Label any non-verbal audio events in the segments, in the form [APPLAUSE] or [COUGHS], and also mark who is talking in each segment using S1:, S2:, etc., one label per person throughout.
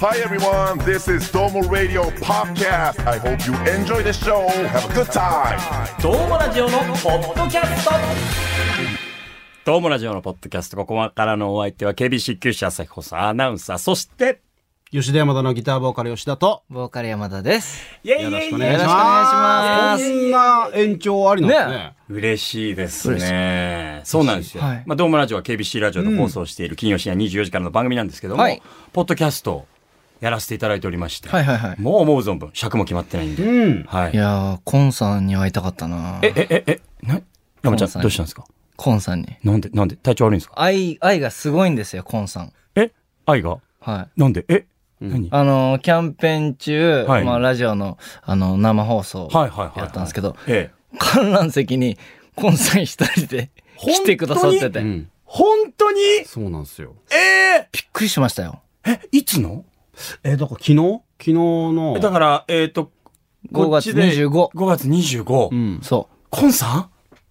S1: Hi everyone, this is Domo Radio Podcast. I hope you enjoy the show. Have a good time.
S2: どうもラジオのポッドキャストどうもラジオのポッドキャスト、ここからのお相手は KBC 九州朝日放送アナウンサー、そして、
S3: 吉田山田のギターボーカル吉田と
S4: ボーカル山田です。
S2: イェイイ
S3: よろしくお
S2: ェイイェ
S3: 願いし
S4: よろしくお願いし
S3: ま
S4: ますす
S3: こんな延長ありなんですね
S4: ね
S2: イ嬉しいですね。そうなんですよ。
S4: はい
S2: まあ、どうもラジオは KBC ラジオで放送している金曜深夜24時からの番組なんですけども、
S4: はい
S2: ポッドキャストをやらせていただいておりまして、
S4: はいはいはい
S2: もう思う存分、尺も決まってないんで。
S3: うん
S2: はい
S4: い。やー、コンさんに会いたかったな
S2: え、え、え、え、な、山ちゃ
S4: コンさ
S2: ん、
S4: ん
S2: どうしたんですか
S4: コンさんに。
S2: なんで、なんで、体調悪いんですか
S4: 愛、愛がすごいんですよ、コンさん。
S2: え愛が
S4: はい。
S2: なんでえ、何
S4: あのー、キャンペーン中、
S2: はい
S4: まあ、ラジオの、あの、生放送、
S2: はいはいはいはい
S4: やったんですけど、
S2: ええ。
S4: 観覧席に、コンさん一人で
S2: 本当に
S4: 来てくださってて、
S3: う
S4: びっ
S3: ん
S2: 本当に
S3: そうなんですよ
S2: ええ
S4: くりしましたよ。
S2: え、いつの
S3: えだから昨日昨日の
S2: だから、えっ、と、
S4: 5
S2: こっち
S4: 月
S2: で
S4: 25。
S2: 5月25。
S3: うん
S4: そ
S2: コンさん
S4: う。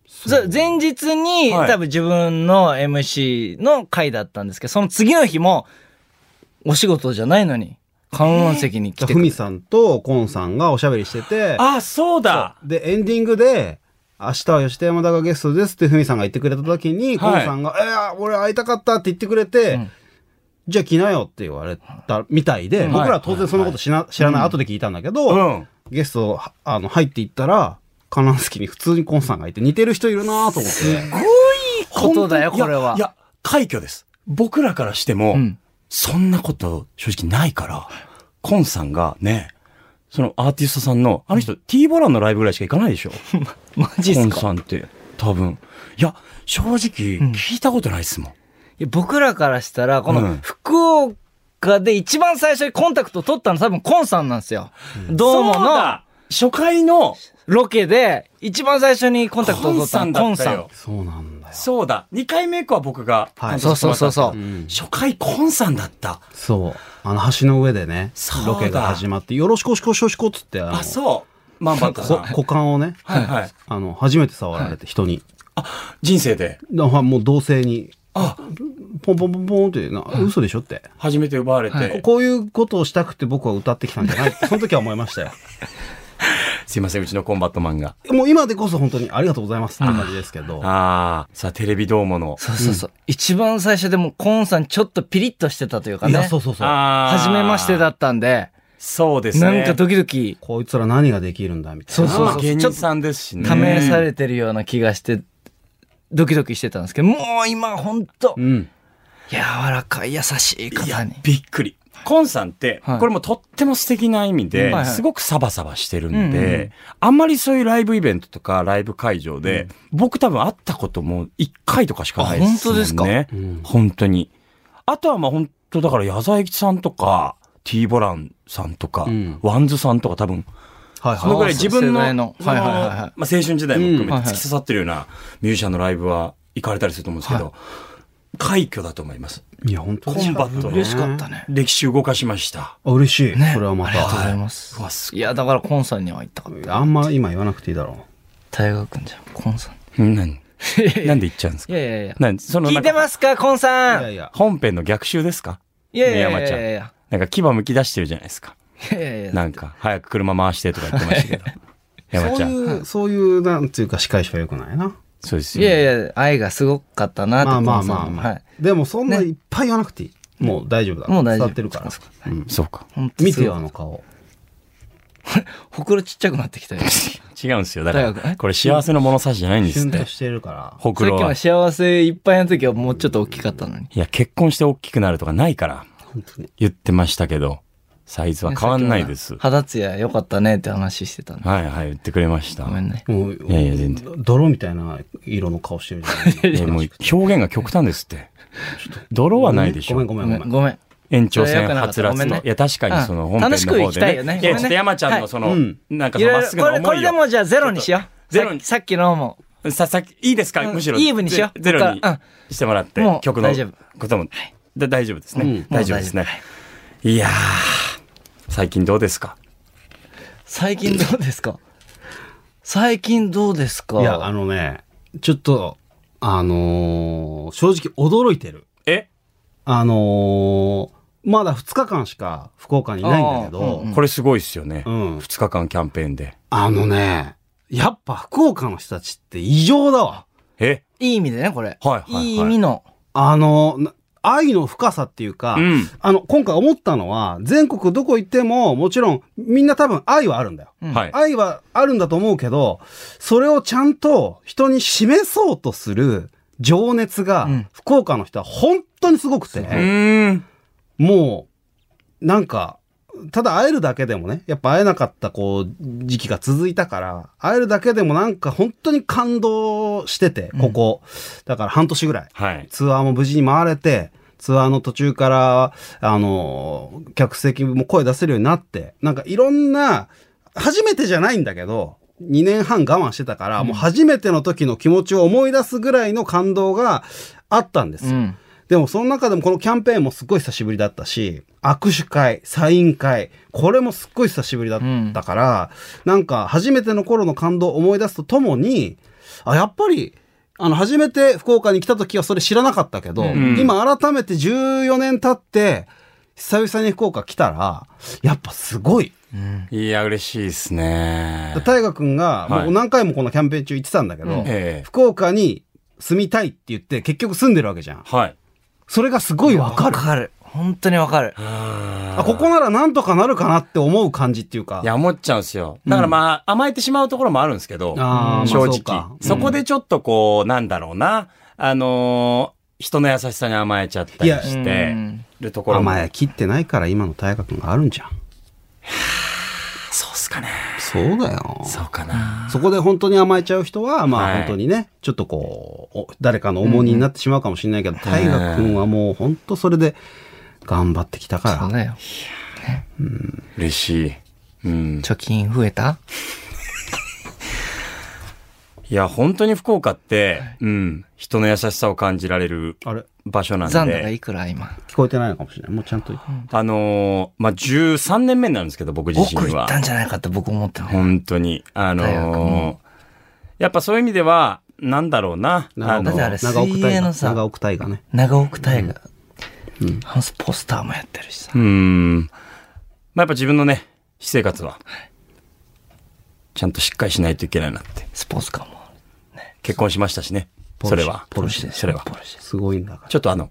S4: そう前日に、
S2: はい
S4: 多分自分の MC の回だったんですけど、その次の日も、お仕事じゃないのに、観覧席に来てく
S3: ふみさんとコンさんがおしゃべりしてて
S2: あ、そうだ
S3: でエンディングで明日は吉田山田がゲストですってふみさんが言ってくれた時に、
S2: はい
S3: コンさんが「いや俺会いたかった」って言ってくれて、
S4: ん
S3: じゃあ来なよって言われたみたいで、
S2: ん
S3: 僕らは当然そのこと知ら,、知らない後で聞いたんだけど、
S2: うん
S3: ゲストはあの入っていったら観覧席に普通にコンさんがいて似てる人いるなと思って
S4: ことだよ
S2: 本当に
S4: これはい
S2: や、いや快挙です。僕らからしても、
S4: ん
S2: そんなこと正直ないから、コンさんがね、そのアーティストさんの、あの人、T ボランのライブぐらいしか行かないでしょ
S4: マジっ
S2: コ
S4: す
S2: ン
S4: か
S2: さんって、多分。いや、正直、聞いたことないっすもん。
S4: いや僕らからしたら、こ
S2: うん
S4: の福岡で一番最初にコンタクト取ったの多分コンさんなんですよ。どうも
S2: そう
S4: の
S2: だ初回の、
S4: ロケで一番最初にコンタクト
S2: コン
S4: を取った
S2: さん
S4: の
S2: だ
S4: コン
S2: った
S4: さ
S2: よ
S4: ん。。
S3: そうなんだよ
S2: そうだ。2回目以降は僕が
S3: はい
S2: 担
S4: そ
S2: 当
S4: う
S2: して
S4: そ
S2: もらった
S4: うそ
S2: んで
S4: う
S2: すけど。
S4: そう。
S2: 初回コンさんだった。
S3: そうあの橋の上でね
S2: そうだ
S3: ロケが始まって「よろしこしこしこしこ」っつってあの
S2: あ、そう。マンバッタさん。
S3: こ股間をね
S2: はいはい。
S3: あの初めて触られて人に、
S2: 人生で。
S3: だからもう同性に
S2: あ、
S3: ポンポンポンポンってな嘘でしょって
S2: 初めて奪われて。
S3: こういうことをしたくて僕は歌ってきたんじゃないってその時は思いましたよ
S2: すいません、うちのコンバットマンが。
S3: もう今でこそ本当にありがとうございますって感じですけど
S2: ああ、さあ、テレビどうもの。
S4: そうそうそう。一番最初でもコンさんちょっとピリッとしてたというか
S3: い
S4: ね。
S3: やそうそうそう
S2: あ
S4: 初めましてだ。ったんで、
S2: そうです
S4: な
S2: ね。
S4: んかドキドキ、
S3: こいつら何ができるんだみたいな
S4: そうそう
S2: まあ
S4: そう
S2: 芸人さんですしね。
S4: ためされてるような気がして、ドキドキしてたんですけど、もう今ほんと
S3: う、ん
S4: 柔らかい優しい
S2: い
S4: 方
S2: や
S4: に。
S2: びっくり。コンさんって、
S4: はい
S2: これもとっても素敵な意味で、
S4: うんはいはい
S2: すごくサバサバしてるんで、
S4: うんうんうん
S2: あんまりそういうライブイベントとかライブ会場で、僕多分会ったことも1回とかしかないですもんね。
S4: あ本当
S2: です
S3: うん
S2: 本当に。あとはまあ本当だから矢沢永吉さんとか、T ボランさんとか、
S3: うん
S2: ワンズさんとか多分、
S3: はい
S2: そのぐ
S3: は
S2: らい自分の
S4: 世代の
S2: その
S4: はいはいはいはい
S2: まあ、青春時代も含めて
S4: うんは
S2: 突
S4: いはい
S2: き刺さってるようなミュージシャンのライブは行かれたりすると思うんですけど、快挙だと思います。
S3: いいや本当
S2: コンバットの
S4: 嬉しかったね。
S2: 歴史動かしました。
S3: あ嬉しい、
S4: ね
S3: それはま
S4: ありがとうござ
S3: た
S4: います。
S2: うわすご
S4: いや、だからコンさんには行ったかった。
S3: あんま今言わなくていいだろ
S4: 大学んじゃん、コンさん。
S2: うん
S4: [LAUGHS]
S2: 何
S4: い
S2: なんで言っちゃうんですか
S4: やいやいや。
S2: なんその
S4: 聞いて
S2: なんか
S4: ますか、コン
S3: う
S4: さ
S3: いや
S4: ん。い
S3: いや
S2: 本編の逆襲ですか
S4: やいやいやい
S2: ね山ちゃん
S4: やいや。
S2: なんか牙むき出してるじゃないですか。
S4: いやいやいや。
S2: なんか、早く車回してとか言ってま
S4: [LAUGHS]
S2: したけど。山ち
S3: そ
S2: ゃ。
S3: うん
S2: そう
S3: いうそういうなんていうか司会者はよくないな
S2: です
S4: い
S2: よ、ね。
S4: やいや、愛がすごかったなって、
S3: まあま
S4: コ
S3: あ
S4: ンさ
S3: まあ
S4: んの。
S3: ま
S4: は
S3: あ
S4: い。
S3: でもそんないっぱい言わなくていいもう大丈夫だ
S4: もう大丈
S3: 伝わ
S4: 夫
S3: ってるからうん
S2: そうか。
S4: ほんと
S3: 見て
S4: すご
S3: よ
S4: い
S3: あの顔
S4: ほくろちっちゃくなってきたよ。さ
S2: 違うんですよ。だか
S4: 大学
S2: ら、
S4: え
S2: これ幸せの物差しじゃないんで
S3: キ
S2: す
S3: ュ
S2: っ
S3: ンと
S2: て。
S3: してるから
S2: ほ
S4: っき
S2: くろは
S4: の。幸せいっぱいの時はもうちょっと大きかったのに。
S2: いや、結婚して大きくなるとかないから、
S3: 本当に
S2: 言ってましたけど、サイズは変わんないです。は
S4: 肌ツヤ良かったねって話してたん
S2: い
S4: で。
S2: はい、言ってくれました
S4: ご。めんね。
S3: もう
S2: いやいや全
S3: 泥みたいな色の顔してるじゃん
S2: いやもう表現が極端ですって。泥はないでしょ。
S3: ごめんごめ
S4: ご
S3: ん
S4: め
S3: ごめん
S4: ん、ごめん。
S2: 延長
S4: そ
S2: 戦
S4: れ良くなか
S2: は
S4: っ
S2: つ
S4: た
S2: らつ
S4: ごめん
S2: の。
S4: ね
S2: いや、確かにその
S4: う
S2: 本
S4: ん
S2: 編の方で、ね。
S4: 楽しく行きたいよね
S2: いや、
S4: ご
S2: ちょ
S4: めんね
S2: っと山ちゃんのその、
S3: うん
S2: なんか
S4: い
S2: その
S4: ろ
S2: まっ
S4: い
S2: すぐ
S4: ろ、
S2: な
S4: これ、
S2: 思
S4: こ
S2: いを
S4: れでもうじゃあゼロにしよう。
S2: ゼロに
S4: さっきさっきのも。
S2: ささっきいいですか、
S4: うん
S2: むしろ。
S4: イーブンにしよう
S2: ゼゼロに
S4: こっから
S2: してもらって、
S4: もう
S2: 曲の
S4: 大丈夫
S2: ことも。だ大丈夫ですね、
S3: うん
S2: 大丈夫ですね。いやー、最近どうですか
S4: 最近どうですか最近どうですか
S3: いやあのねちょっとあのー正直驚いてる
S2: え
S3: あのーまだ2日間しか福岡にいないんだけど、
S2: これすごいっすよね。
S3: う
S2: うんん。2日間キャンペーンで。
S3: あのね、やっぱ福岡の人たちって異常だわ。
S2: え
S4: いい意味でね、これ。
S2: はいはいはい
S4: い意味の。
S3: あの、な愛の深さっていうか、
S2: うん
S3: あの、今回思ったのは、全国どこ行っても、もちろん、みんな多分愛はあるんだよ。
S4: うん
S2: はい。
S3: 愛はあるんだと思うけど、それをちゃんと人に示そうとする情熱が、
S4: うん
S3: 福岡の人は本当にすごくて、
S2: うーん。
S3: もう、なんか、ただ会えるだけでもね、やっぱ会えなかったこう、時期が続いたから、会えるだけでもなんか本当に感動してて、ここ。だから半年ぐらい。
S2: はい。
S3: ツアーも無事に回れて、ツアーの途中から、あの、客席も声出せるようになって、なんかいろんな、初めてじゃないんだけど、2年半我慢してたから、もう初めての時の気持ちを思い出すぐらいの感動があったんですよ。
S4: うん。
S3: でもその中でもこのキャンペーンもすごい久しぶりだったし、握手会、サイン会、これもすっごい久しぶりだったから、なんか初めての頃の感動を思い出すとともに、あ、やっぱり、あの、初めて福岡に来た時はそれ知らなかったけど、
S2: ん
S3: 今改めて14年経って、久々に福岡来たら、やっぱすごい。
S2: いや、嬉しいですね。
S3: 大河君が、
S2: はい
S3: もう何回もこのキャンペーン中行ってたんだけど、
S4: うん
S2: ええ
S3: 福岡に住みたいって言って結局住んでるわけじゃん。
S2: はい。
S3: それがすごいわかる
S4: わ。かる。本当にわかる。
S3: あここならなんとかなるかなって思う感じっていうか。
S2: いや、思っちゃうんですよ。だからまあ、甘えてしまうところもあるんですけど、
S3: あー
S2: 正
S3: まあ
S2: 直
S3: そうか。
S2: そこでちょっとこう、なんだろうな、あのー人の優しさに甘えちゃったりし
S4: いやう
S2: て
S4: ん
S2: るところも。
S3: 甘え切ってないから今の大河君があるんじゃん。
S2: そうっすかね。
S3: そうだよ。
S2: そうかな。
S3: そこで本当に甘えちゃう人は、ま
S2: は
S3: あ
S2: い
S3: 本当にね、ちょっとこう、お誰かの重荷になってしまうかもしれないけど、大河君はもう本当それで頑張ってきた
S4: そう
S3: か
S4: だよ。
S2: 嬉しい。うん。
S4: 貯金増えた
S2: いや、本当に福岡って、うん、人の優しさを感じられる
S3: ら。あれ
S2: 場所なん
S4: 残高が
S2: で、
S4: いくら今。
S3: 聞こえてないのかもしれない。もうちゃんと。
S2: あのーまあ、13年目になるんですけど、僕自
S4: 奥
S2: 身
S4: 行
S2: は
S4: っ。たんじゃないかって僕思ってね。
S2: 本当に。あのー
S4: 大学も
S2: やっぱそういう意味では、なんだろうな。あ
S4: だ
S2: の
S4: ってあれ
S3: 長奥
S4: 水泳
S3: 大
S4: の
S3: 河。
S4: さ
S3: 長奥大河ね。
S4: 長奥大河。ハウスポスターもやってるしさ
S2: う。ーん。まあ、やっぱ自分のね、私生活は、ちゃんとしっかりしないといけないなって。
S4: スポーツカーもある。
S2: 結婚しましたしね。
S3: ルシ
S2: それは。
S4: ポルシェです
S2: そ
S4: よ
S2: れは。
S4: ポルシェ。
S3: すごいんだから。
S2: ちょっとあの、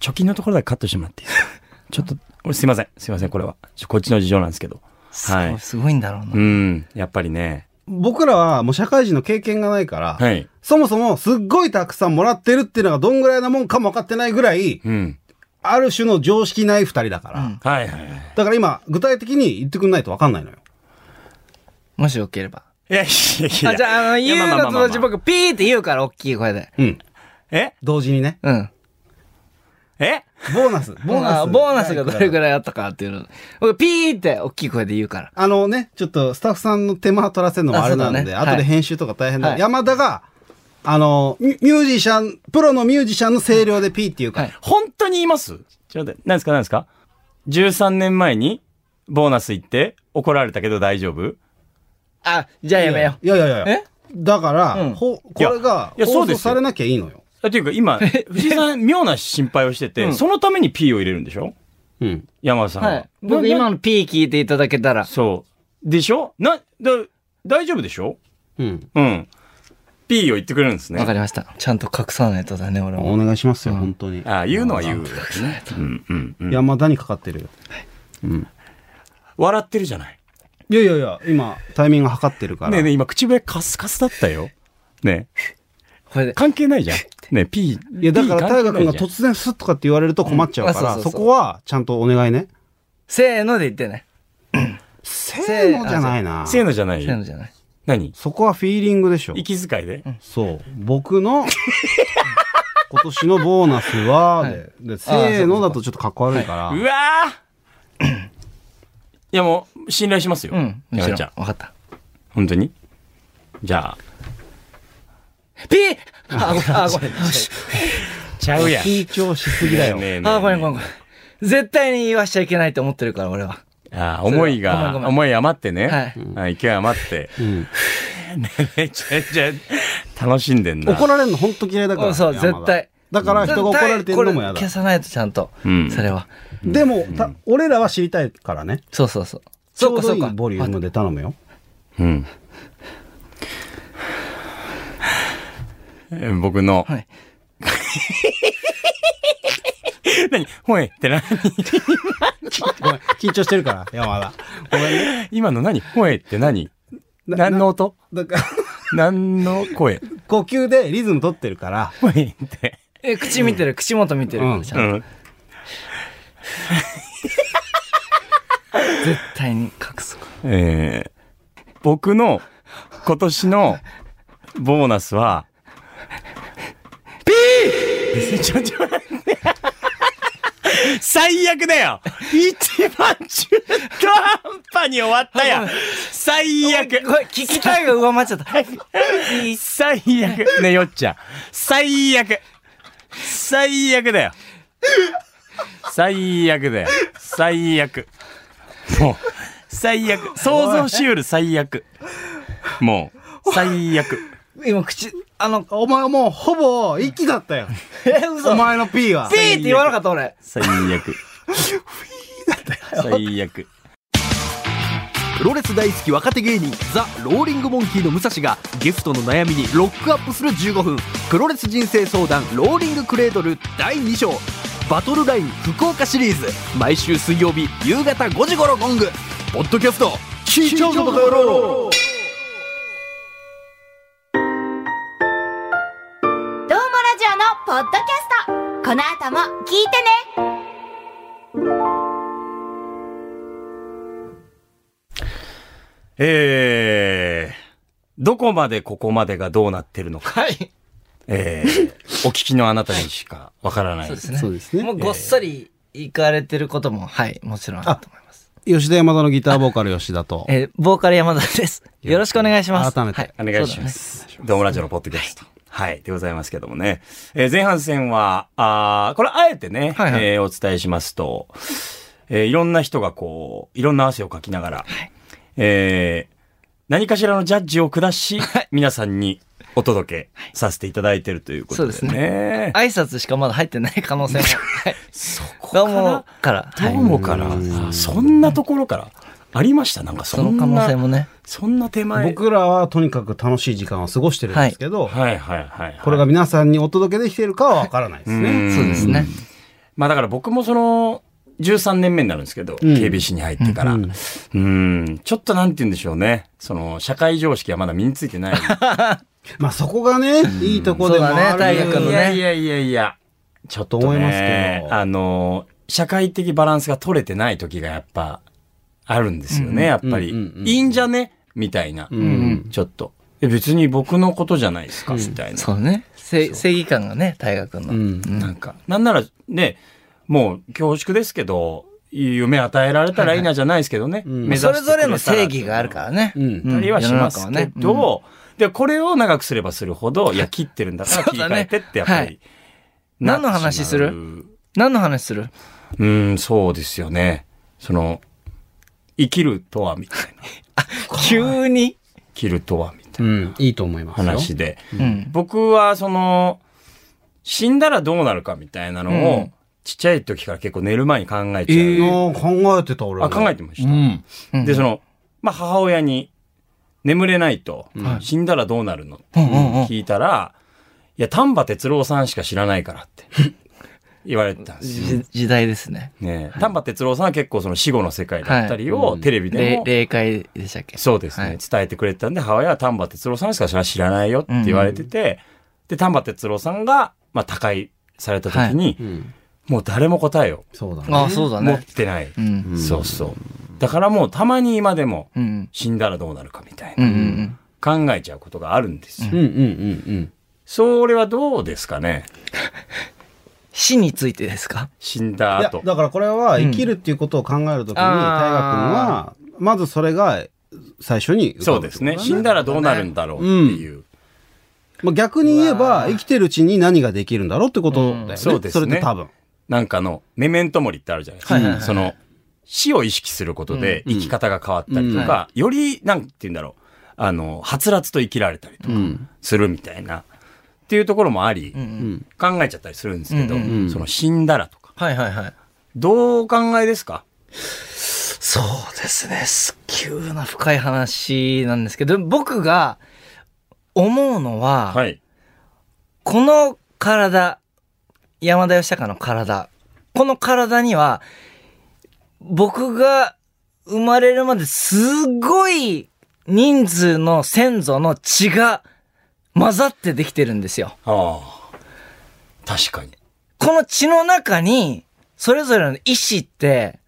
S2: 貯金のところだけカットしてもらっていい
S4: [LAUGHS]
S2: ですかちょっと、俺すいません。すいません、これは。ちょこっちの事情なんですけど。
S4: す
S2: は
S4: ご
S2: い
S4: い、。すごいんだろうな
S2: う。ん。やっぱりね。
S3: 僕らはもう社会人の経験がないから、
S2: はい。
S3: そもそもすっごいたくさんもらってるっていうのがどんぐらいなもんかも分かってないぐらい、
S2: うん。
S3: ある種の常識ない二人だから、
S4: うん
S2: はいはいはい。
S3: だから今、具体的に言ってくんないと分かんないのよ。
S4: もしよければ。
S2: いやいやいや。
S4: あ、じゃあ、あの、
S2: いや
S4: 言う
S2: まま
S4: のと
S2: まま
S4: 同時に僕、ピーって言うから、大きい声で。
S3: うん。
S2: え
S3: 同時にね。
S4: うん。
S2: え
S3: ボーナス。ボーナ
S4: あ
S3: ス。
S4: [LAUGHS] ボーナスがどれぐ
S3: い
S4: らいあったかっていうの。僕、ピーって大きい声で言うから。
S3: あのね、ちょっとスタッフさんの手間取らせるのもあれなんで、
S4: あそうだね
S3: 後で編集とか大変だ。
S4: はい
S3: 山田が、あの、ミミュージシャン、プロのミュージシャンの声量でピーっていうか、
S4: はい
S2: 本当に言いますちょっと待って、何ですか何ですか ?13 年前にボーナス行って怒られたけど大丈夫
S4: あ、じゃあやめよ
S3: いやいやいやいや。
S4: え
S3: だから、
S4: うん
S3: ほこれが
S2: いやいやそ
S3: 放
S2: うで
S3: 送
S2: すよ
S3: されなきゃいいのよ。
S2: あというか今、藤井さん妙な心配をしてて、
S4: うん
S2: そのために P を入れるんでしょ
S3: うん。
S2: 山田さ
S4: う。
S2: んは。
S4: はい。
S2: な
S4: 僕、今のピー聞いていただけたら。
S2: そう。でしょな、だ、大丈夫でしょ
S3: うん。
S2: うん。P を言ってくれるんですね。
S4: わかりました。ちゃんと隠さないとだね、俺
S3: お
S4: も。
S3: 願いしますよ、本当に。
S2: ああ、言うのは言う。うんうんうん。
S3: 山田にかかってるよ。
S2: 笑ってるじゃない。
S3: いやいやいや、今、タイミング測ってるから。
S2: ねえねえ、今口笛カスカスだったよ。ねえ
S4: これで。
S2: 関係ないじゃん。ねえ P。
S3: いや、だか
S2: P
S3: ら大
S2: 関
S3: 河
S2: 係ない
S3: 君が
S2: じゃん
S3: 突然スッとかって言われると困っちゃうか
S4: うんあ
S3: ら、
S4: そう
S3: そ
S4: そうそう
S3: こはちゃんとお願いね。
S4: せーので言ってね。
S3: せーのじゃないな。
S2: せーのじゃない
S4: せーのじゃない。
S2: 何
S3: そこはフィーリングでしょ。
S2: 息遣いで
S3: そう。僕の今年のボーナスは、
S4: はい
S3: ででせーのだとちょっとかっこ悪いか
S2: う
S3: ら、
S2: わー [COUGHS] いやもう、信頼しますよ。
S4: うん。もち
S2: 山
S4: ろん。
S2: ちゃ
S4: わ
S2: ん。
S4: かった。
S2: 本当にじゃあ。
S4: ピーあ、ごめん、あ、ごめん。 [LAUGHS] よし
S2: ちゃうやん。
S3: 緊張しすぎだよ。
S4: あ、ごめん、ごめん、ごめん。絶対に言わしちゃいけないと思ってるから、俺は。
S2: あー思い
S4: ごめん
S2: が
S4: ごめ、ん
S2: 思い余ってね。
S4: はい
S2: はい。勢い余って。 [LAUGHS]
S3: ん
S2: めちゃめちゃ楽しんでんな。
S3: 怒られるの本当嫌いだから。
S4: そう、
S3: 山田
S4: 絶。対。
S3: だから人が怒られてるのも嫌
S4: これ
S3: だ
S4: 消。さないとちゃんと、
S2: うん
S4: それは
S3: でも、た俺らは知りたいからね。
S4: そうそうそう
S3: ち
S4: そ
S3: ょ
S4: う
S3: う
S4: か
S3: ど
S4: そ
S3: いう
S4: か
S3: いボリュームで頼むよ。
S2: うん。え僕の。
S4: はい
S2: 何ほえって何 [LAUGHS]
S3: ごめん、緊張してる [LAUGHS] から、山田。ごめんね。
S2: 今の何ほえって何
S3: な
S2: 何の音
S3: だから、 [LAUGHS]
S2: 何の声
S3: 呼吸でリズム取ってるから、
S2: ほえって。
S4: え口見てる、口元見てる、
S3: うん
S4: ちゃ
S2: うん
S4: と
S2: ん。
S4: 絶対に隠す
S2: えー、僕の今年のボーナスは、ピーちょ、ちょ、待って。 [LAUGHS] 最悪だよ一番中途半端に終わったやん [LAUGHS] 最悪
S4: これ聞きたいが上回っちゃったいい
S2: 最悪ねよっちゃん最悪最悪だよ最悪だよ最悪もう最悪想像しうる最悪もう最悪
S4: 今口あの
S3: お前もうほぼ息だったよ。 [LAUGHS]
S4: え嘘
S3: お前の P は
S4: ピ。ーって言わなかった俺
S2: 最悪最悪
S5: プロレス大好き若手芸人ザ・ローリングモンキーの武蔵がゲストの悩みにロックアップする15分プロレス人生相談ローリングクレードル第2章バトルライン福岡シリーズ毎週水曜日夕方5時頃ゴングポッドキャスト聞いちゃうぞバカ野郎
S6: どうもラジオのポッドキャストこの後も聞いてね
S2: えー、どこまでここまでがどうなってるのか、
S4: はい
S2: えー、お聞きのあなたにしかわからない
S4: そうですね
S3: そうですね
S4: もうごっそり行かれてることもはいもちろんあると思います
S3: 吉田山田のギターボーカル吉田と。
S4: えーボーカル山田ですよろしくお願いします
S3: 改めて
S4: は
S2: お願いします。ドームラジオのポッドキャスト。はい。でございますけどもね。えー前半戦は、あーこれあえてね、
S4: はいはい
S2: えーお伝えしますと、えーいろんな人がこう、いろんな汗をかきながら、えー何かしらのジャッジを下し、皆さんにお届けさせていただいてるということでね。
S4: そうですね挨拶しかまだ入ってない可能性もはい
S2: そこから
S4: どうもから
S2: ど
S4: は
S2: う
S4: い
S2: もから、そんなところから、ありましたなんかそ
S4: その
S2: んな、
S4: 可能性もね
S2: そんな手前。
S3: 僕ら [LAUGHS] はとにかく楽しい時間を過ごしてるんですけど、
S2: はいはいはい、はい。
S3: これが皆さんにお届けできているかはわからないですね。
S4: そうですね
S2: まあだから僕もその、13年目になるんですけど、KBC に入ってから。うん、んちょっとなんて言うんでしょうね。その、社会常識はまだ身についてない。
S3: まあそこがね、いいとこでもある
S4: そうだね大学のね
S2: いやいやいやいや、ちょっと、ね、
S3: と思いますけど
S2: あの、社会的バランスが取れてない時がやっぱ、あるんですよね、やっぱり。
S3: うんうんうん
S2: いいんじゃねみたいな、ちょっと。え別に僕のことじゃないですか、みたいな。
S4: そうねせ正義感がね大学の
S3: うん
S2: なんか、なんならね、もう恐縮ですけど、夢与えられたらいいなじゃないですけどね。目指して
S4: それぞれの
S2: くたら
S4: 正義があるからね
S3: うん
S2: うん。ありはしますけ
S4: 世の中は
S2: ど、で、これを長くすればするほど、いや、切ってるんだから切
S4: そう
S2: り
S4: だ
S2: 替
S4: ね
S2: えてってやっぱ
S4: はい
S2: り。なってしまう
S4: 何の話する何の話する
S2: うん、そうですよね。その、生きるとは、みたいな。
S4: 急に
S2: 生きるとは、みたいな。
S3: うん、いいと思いますよ。
S2: 話で。
S4: ん
S2: 僕はその、死んだらどうなるかみたいなのを、
S4: うん
S2: ちっちゃい時から結構寝る前に考えちゃう。
S3: ああ考えてた俺も。
S2: あ、考えてました。
S3: うん。
S4: うん
S2: で、その、まあ、母親に、眠れないと、
S4: ん
S2: 死んだらどうなるのって
S4: うんうんうん
S2: 聞いたら、いや、丹波哲郎さんしか知らないからっ
S4: [LAUGHS]
S2: て、言われてたんですよ。
S4: じ時代ですね
S2: ねえ丹波哲郎さんは結構その死後の世界だったりを、テレビで
S4: 霊
S2: も、
S4: 霊界でしたっけ
S2: そうですね、
S4: はい
S2: 伝えてくれてたんで、母親は丹波哲郎さんしか知らないよって言われてて、で、丹波哲郎さんが、まあ、他界された時に、
S3: うん。
S2: もう誰も答えを
S3: そうだね。
S4: ああそうだ
S2: 持っ
S4: ね
S2: てない。
S4: うん
S2: そうそう。だからもうたまに今でも、
S4: うん
S2: 死んだらどうなるかみたい
S4: うんう
S2: な、
S4: ん
S2: 考えちゃうことがあるんですよ。
S3: うんうんうん
S2: それはどうですかね
S4: 死についてですか
S2: 死ん
S3: う
S2: だ
S3: ん。いや
S2: 後、。
S3: だからこれは生きるっていうことを考えるときに、大学君は、まずそれが最初に浮かぶってことだ。
S2: そうですね。死んだらどうなるんだろうっていう。
S3: まあ、逆に言えば、生きてるうちに何ができるんだろうってことだよね。
S2: そうですね
S3: れって多分。
S2: なんかの、メメントモリってあるじゃないですか。
S4: はいはいはい
S2: その、死を意識することで生き方が変わったりとか、より、なんて言うんだろう、あの、はつらつと生きられたりとかするみたいな。っていうところもあり、
S4: うんうん
S2: 考えちゃったりするんですけど、
S4: うんうん
S3: うん
S2: その死んだらとか、
S4: はいはいはい。
S2: どうお考えですか
S4: そうですね。す急な深い話なんですけど、僕が思うのは、
S2: はい。
S4: この体、山田義孝の体、この体には、僕が生まれるまですごい人数の先祖の血が混ざってできてるんですよ。
S2: ああ。確かに。
S4: この血の中に、それぞれの意志って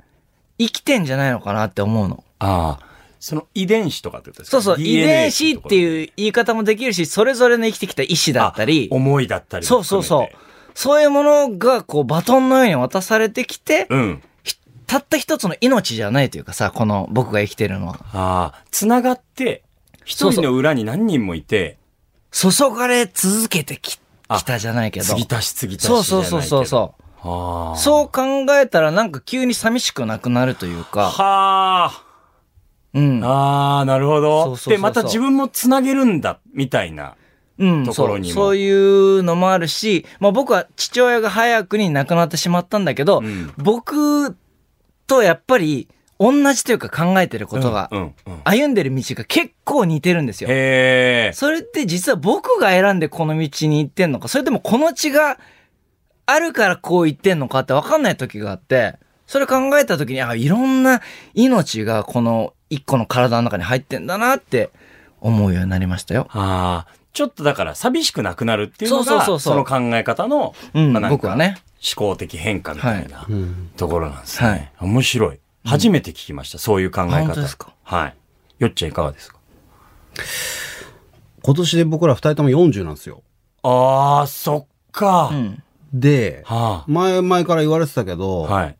S4: 生きてんじゃないのかなって思うの。
S2: ああ。その遺伝子とかってことですか
S4: そうそう、遺
S2: DNA
S4: 伝子って
S2: う
S4: いう言い方もできるし、それぞれの生きてきた意志だったり、
S2: 思いだったり
S4: そうそうそう。そういうものが、こう、バトンのように渡されてきて、
S2: う。うん。
S4: たった一つの命じゃないというかさ、この僕が生きてるのは。
S2: ああ。つながって、一
S4: そう
S2: 人
S4: そう
S2: の裏に何人もいて、
S4: 注がれ続けてき
S2: あ
S4: きたじゃないけど。
S2: 継ぎ足し継ぎ足しじゃ
S4: そ
S2: な
S4: う
S2: いけど。。
S4: そうそうそうそう
S2: あ
S4: う。
S2: あ。
S4: そう考えたらなんか急に寂しくなくなるというか。
S2: はあ。
S4: うん。
S2: ああ、なるほ
S4: そ
S2: ど
S4: うそう。そうそう
S2: で、また自分もつなげるんだ、みたいな。
S4: うん、
S2: ところにも
S4: そうそういうのもあるし、まあ僕は父親が早くに亡くなってしまったんだけ
S2: う
S4: ど、
S2: ん
S4: 僕とやっぱり同じというか考えてることが、
S2: うん、うん。うん
S4: 歩んでる道が結構似てるんですよ。
S2: へえ。
S4: [LAUGHS] それって実は僕が選んでこの道に行ってんのか、それともこの血があるからこう行ってんのかって分かんない時があって、それ考えた時に、あ、いろんな命がこの一個の体の中に入ってんだなって思うようになりましたよ。
S2: ああ。ちょっとだから寂しくなくなるっていうのが、
S4: そうそうそうそう
S2: の考え方の、
S4: うん、
S2: まあなんか
S4: 僕はね。
S2: 思考的変化みたいな
S3: うん
S2: ところなんですね。面白い。初めて聞きました、そういう考え方。
S4: あ本当ですか
S2: はい。よっちゃんいかがですか
S3: 今年で僕ら二人とも40なんですよ。
S2: ああ、そっか。
S4: うん。
S3: で、
S2: は
S3: 前々から言われてたけど、
S2: あ。はい。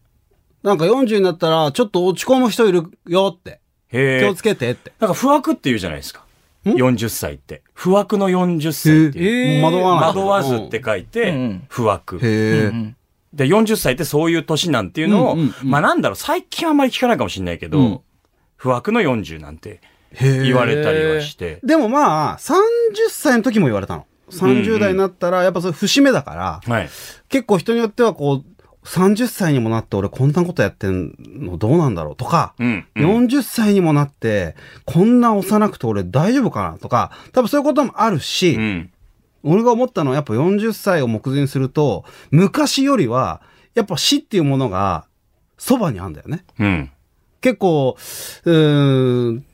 S3: なんか40になったら、ちょっと落ち込む人いるよって。
S2: へ
S3: 気
S2: え
S3: をつ。けてって。
S2: なんか不惑って言うじゃないですか。40歳って。不惑の40歳っていう。
S4: へえ
S3: 惑わない。
S2: 惑わずって書いうて
S4: ん、
S2: 不惑。
S3: うん。へえ。
S2: で、40歳ってそういう年なんていうのを、
S3: うんうんうん
S2: まあなんだろう、最近あんまり聞かないかもしれないけど、
S3: うん
S2: 不惑の40なんて
S3: へえ
S2: 言われたりはして、
S3: でもまあ、30歳の時も言われたの。30代になったら、やっぱそれ節目だから、
S2: はい。
S3: 結構人によってはこう、30歳にもなって俺こんなことやってんのどうなんだろうとか、
S2: うん、うん
S3: 40歳にもなって、こんな幼くて俺大丈夫かなとか、多分そういうこともあるし、
S2: うん。
S3: 俺が思ったのはやっぱ40歳を目前にすると、昔よりは、やっぱ死っていうものが、そばにあるんだよね。
S2: うん。
S3: 結構、うーん、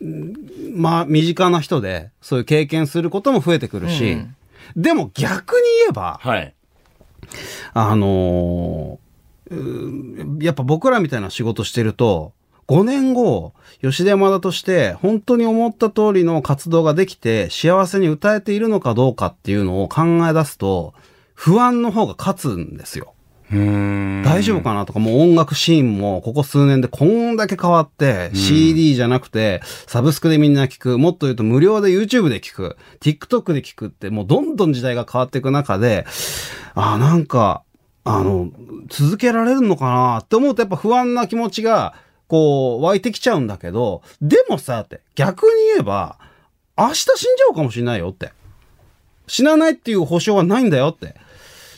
S3: まあ、身近な人で、そういう経験することも増えてくるし、
S4: うん
S3: でも逆に言えば、
S2: はい。
S3: あのーうーんやっぱ僕らみたいな仕事してると、5年後、吉田山田として、本当に思った通りの活動ができて、幸せに歌えているのかどうかっていうのを考え出すと、不安の方が勝つんですよ。
S2: うーん
S3: 大丈夫かなとか、もう音楽シーンもここ数年でこんだけ変わって、CD じゃなくて、サブスクでみんな聞く、もっと言うと無料で YouTube で聞く、TikTok で聞くって、もうどんどん時代が変わっていく中で、あーなんか、あの、続けられるのかなって思うとやっぱ不安な気持ちが、こう、湧いてきちゃうんだけど、でもさ、って、逆に言えば、明日死んじゃうかもしれないよって。死なないっていう保証はないんだよって。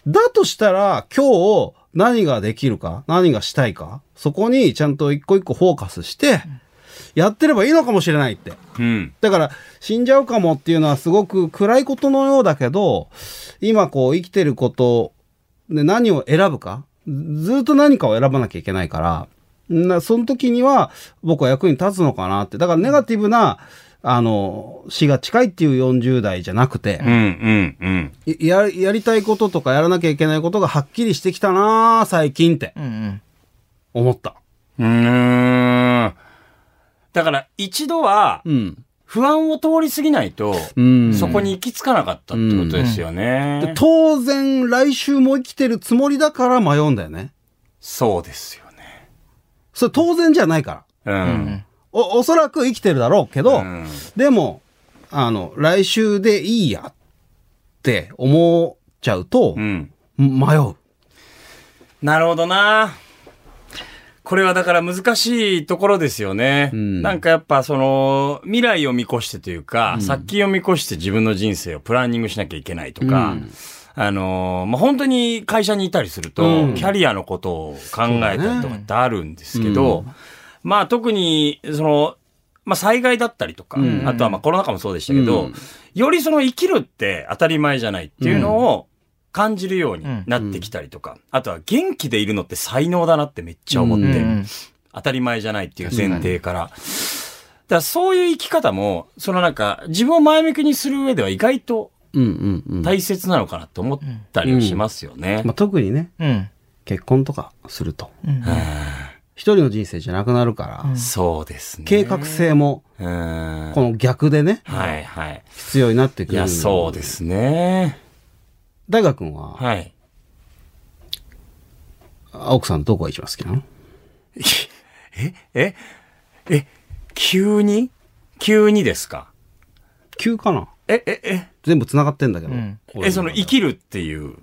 S3: だとしたら、今日何ができるか、何がしたいか、そこにちゃんと一個一個フォーカスして、やってればいいのかもしれないって。
S2: うん。
S3: だから、死んじゃうかもっていうのはすごく暗いことのようだけど、今こう生きてること、で何を選ぶか、ずずっと何かを選ばなきゃいけないから、なその時には僕は役に立つのかなって。だからネガティブな、あの、死が近いっていう40代じゃなくて、
S2: うん、うん、うん。
S3: いや、やりたいこととかやらなきゃいけないことがはっきりしてきたなあ最近って
S4: うんうん。
S3: 思った。
S2: うーん。だから、一度は、
S3: うん。
S2: 不安を通り過ぎないと、
S3: うん
S2: そこに行き着かなかったってことですよね。
S3: で当然、来週も生きてるつもりだから迷うんだよね。
S2: そうですよね。
S3: それ当然じゃないから。
S2: うん。
S3: お、おそらく生きてるだろうけ
S2: う
S3: ど、
S2: ん
S3: でも、あの、来週でいいやって思っちゃうと
S2: う、ん。
S3: 迷う。
S2: なるほどな。これはだから難しいところですよね。
S3: うん
S2: なんかやっぱその未来を見越してというか、先を見越して自分の人生をプランニングしなきゃいけないとか、
S3: うん
S2: あのーまあ、本当に会社にいたりすると、
S3: うん
S2: キャリアのことを考えたりとかってあるんですけど、まあ特にその、まあ、災害だったりとか、
S3: うん
S2: あとはまあコロナ禍もそうでしたけど、
S3: うん
S2: よりその生きるって当たり前じゃないっていうのを感じるようになってきたりとか、あとは元気でいるのって才能だなってめっちゃ思って、
S3: うん
S4: うん
S2: 当たり前じゃないっていう前提から。だからそういう生き方も、そのなんか自分を前向きにする上では意外と
S3: うんうんうん。
S2: 大切なのかなと思ったりはしますよね。
S3: まあ、特にね、
S4: うん
S3: 結婚とかすると、
S4: うん
S3: 一人の人生じゃなくなるから、
S2: そうですね。
S3: 計画性も、
S2: うーん。
S3: この逆でね、
S2: はいはい。
S3: 必要になってく
S2: い
S3: る。
S2: や、そうで。すね。
S3: 大河君は、
S2: はい。
S3: 奥さんどこが一番好きなの
S2: え、え、え、急に急にですか
S3: 急かな
S2: え、え、え、
S3: 全部繋がってんだけど。
S4: うん
S2: え、その生きるっていう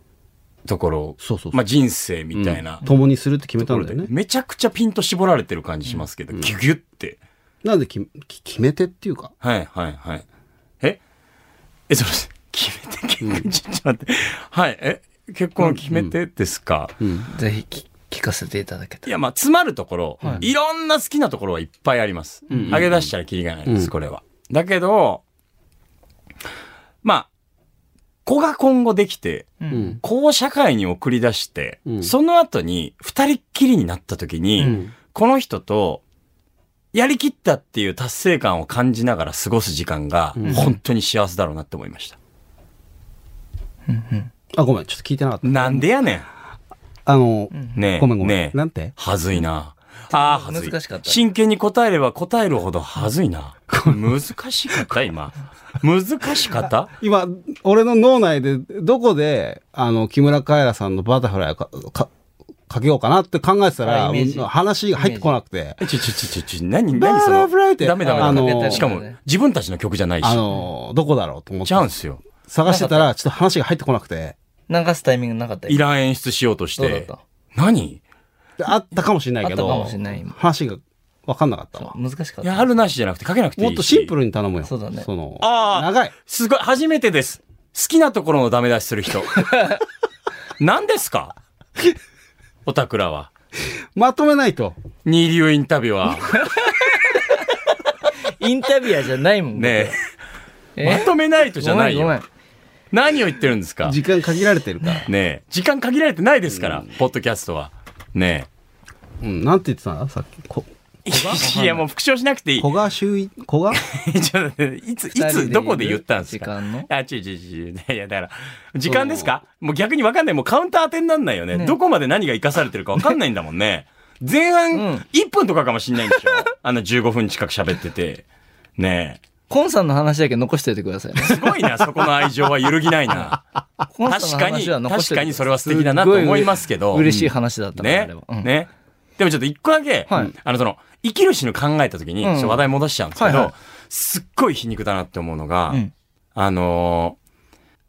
S2: ところ、
S3: そうそうそう
S2: まあ人生みたいな。
S3: 共にするって決めたんだよね。
S2: めちゃくちゃピンと絞られてる感じしますけど、ギュギュって。
S3: なんできき決めてっていうか。
S2: はいはいはい。ええ、それ、決めて結婚、ちょっと待って。はい、え、結婚決めてですか、
S4: ぜひき聞かせていただけた
S2: い
S4: ら
S2: や、まあ、詰まるところ、い、ろんな好きなところはいっぱいあります。上げ出したらキリがないです、これは。だけど、まあ、子が今後できて、
S4: うん
S2: こう社会に送り出して、
S3: うん
S2: その後に二人っきりになった時に、
S3: ん
S2: この人と、やりきったっていう達成感を感じながら過ごす時間が、本当に幸せだろうなって思いました。
S3: あ、ごめん、ちょっと聞いてなかった。
S2: なんでやね
S3: あの、
S2: ん。ねえ。
S3: ごめんごめん。
S2: ねえ
S3: なんて
S2: はずいな。ああ、はずい。
S4: 難しかった
S2: 真剣に答えれば答えるほどはずいな。難しかった今。難しかった
S3: 今、俺の脳内で、どこで、あの、木村カエラさんのバタフライをか、か、かけようかなって考えてた
S4: あ
S3: ら、
S4: イメージ
S3: 話が入ってこなくて、
S2: えちょちょちょちょ、何、
S3: バ
S2: 何その
S3: タ。フライって、
S2: ダメダメダ
S3: あ
S2: メ。
S3: の、
S2: しかも、自分たちの曲じゃないし
S3: あ。の、どこだろうと思っ
S2: ちゃうん
S3: て、
S2: すよ。
S3: 探してたら、ちょっと話が入ってこなくて、
S4: 流すタイミングなかった
S2: いらん演出しようとし
S4: どうだってた。
S2: 何
S3: であったかもしれないけ
S4: あったか
S3: ど
S4: もしれない、
S3: 話が分かんなかったわ。
S4: 難しかっ
S2: い
S4: た
S2: や、あるなしじゃなくて、かけなくていいし。
S3: もっとシンプルに頼むよ。
S4: そうだね
S3: その、
S2: あー
S3: 長い。
S2: すごい、初めてです。好きなところのダメ出しする [LAUGHS] 人。何ですかおたくらは。
S3: まとめないと。
S2: 二流インタビュアー。
S4: インタビュアーじゃないもん
S2: ね
S4: え
S2: え。まとめないとじゃない
S4: ごめん
S2: よ。何を言ってるんですか
S3: 時間限られてるから。
S2: ねえ。時間限られてないですから、ポッドキャストは。ね
S3: うん、なんて言ってたさっき。こ
S2: え。いや、もう復唱しなくていい。
S3: 古賀周一、古
S2: [LAUGHS]
S3: 賀
S2: ちょっと待っていつ、い
S4: 二人でい
S2: つ、
S4: る
S2: どこで言ったんです
S4: 時
S2: か
S4: 間の
S2: あ、違う違う違う。いや、だから、時間ですかもう逆に分かんない。もうカウンター当てになんないよね。
S4: ね
S2: どこまで何が生かされてるか分かんないんだもんね。前
S4: [LAUGHS] うん
S2: 半、1分とかかもしんないんでしょ [LAUGHS] あの15分近く喋ってて。ね
S4: コンさんの話だけ残しておいてくださいね
S2: え。すごい
S4: [LAUGHS]
S2: な、そこの愛情は揺るぎないな。
S4: コンさ
S2: 確
S4: んの
S2: かに、
S4: 話は残し
S2: 確か
S4: といてください
S2: にそれは素敵だなと思いますけど。
S4: 嬉しい話だったからあ
S2: ね
S4: れは、うん、
S2: ね。でもちょっと一個だけ、
S4: はい
S2: あのその、生きる死ぬ考えた時に、
S4: うん
S2: ちょっと話題戻しちゃうんですけど、
S4: はいはい
S2: すっごい皮肉だなって思うのが、
S4: うん
S2: あのー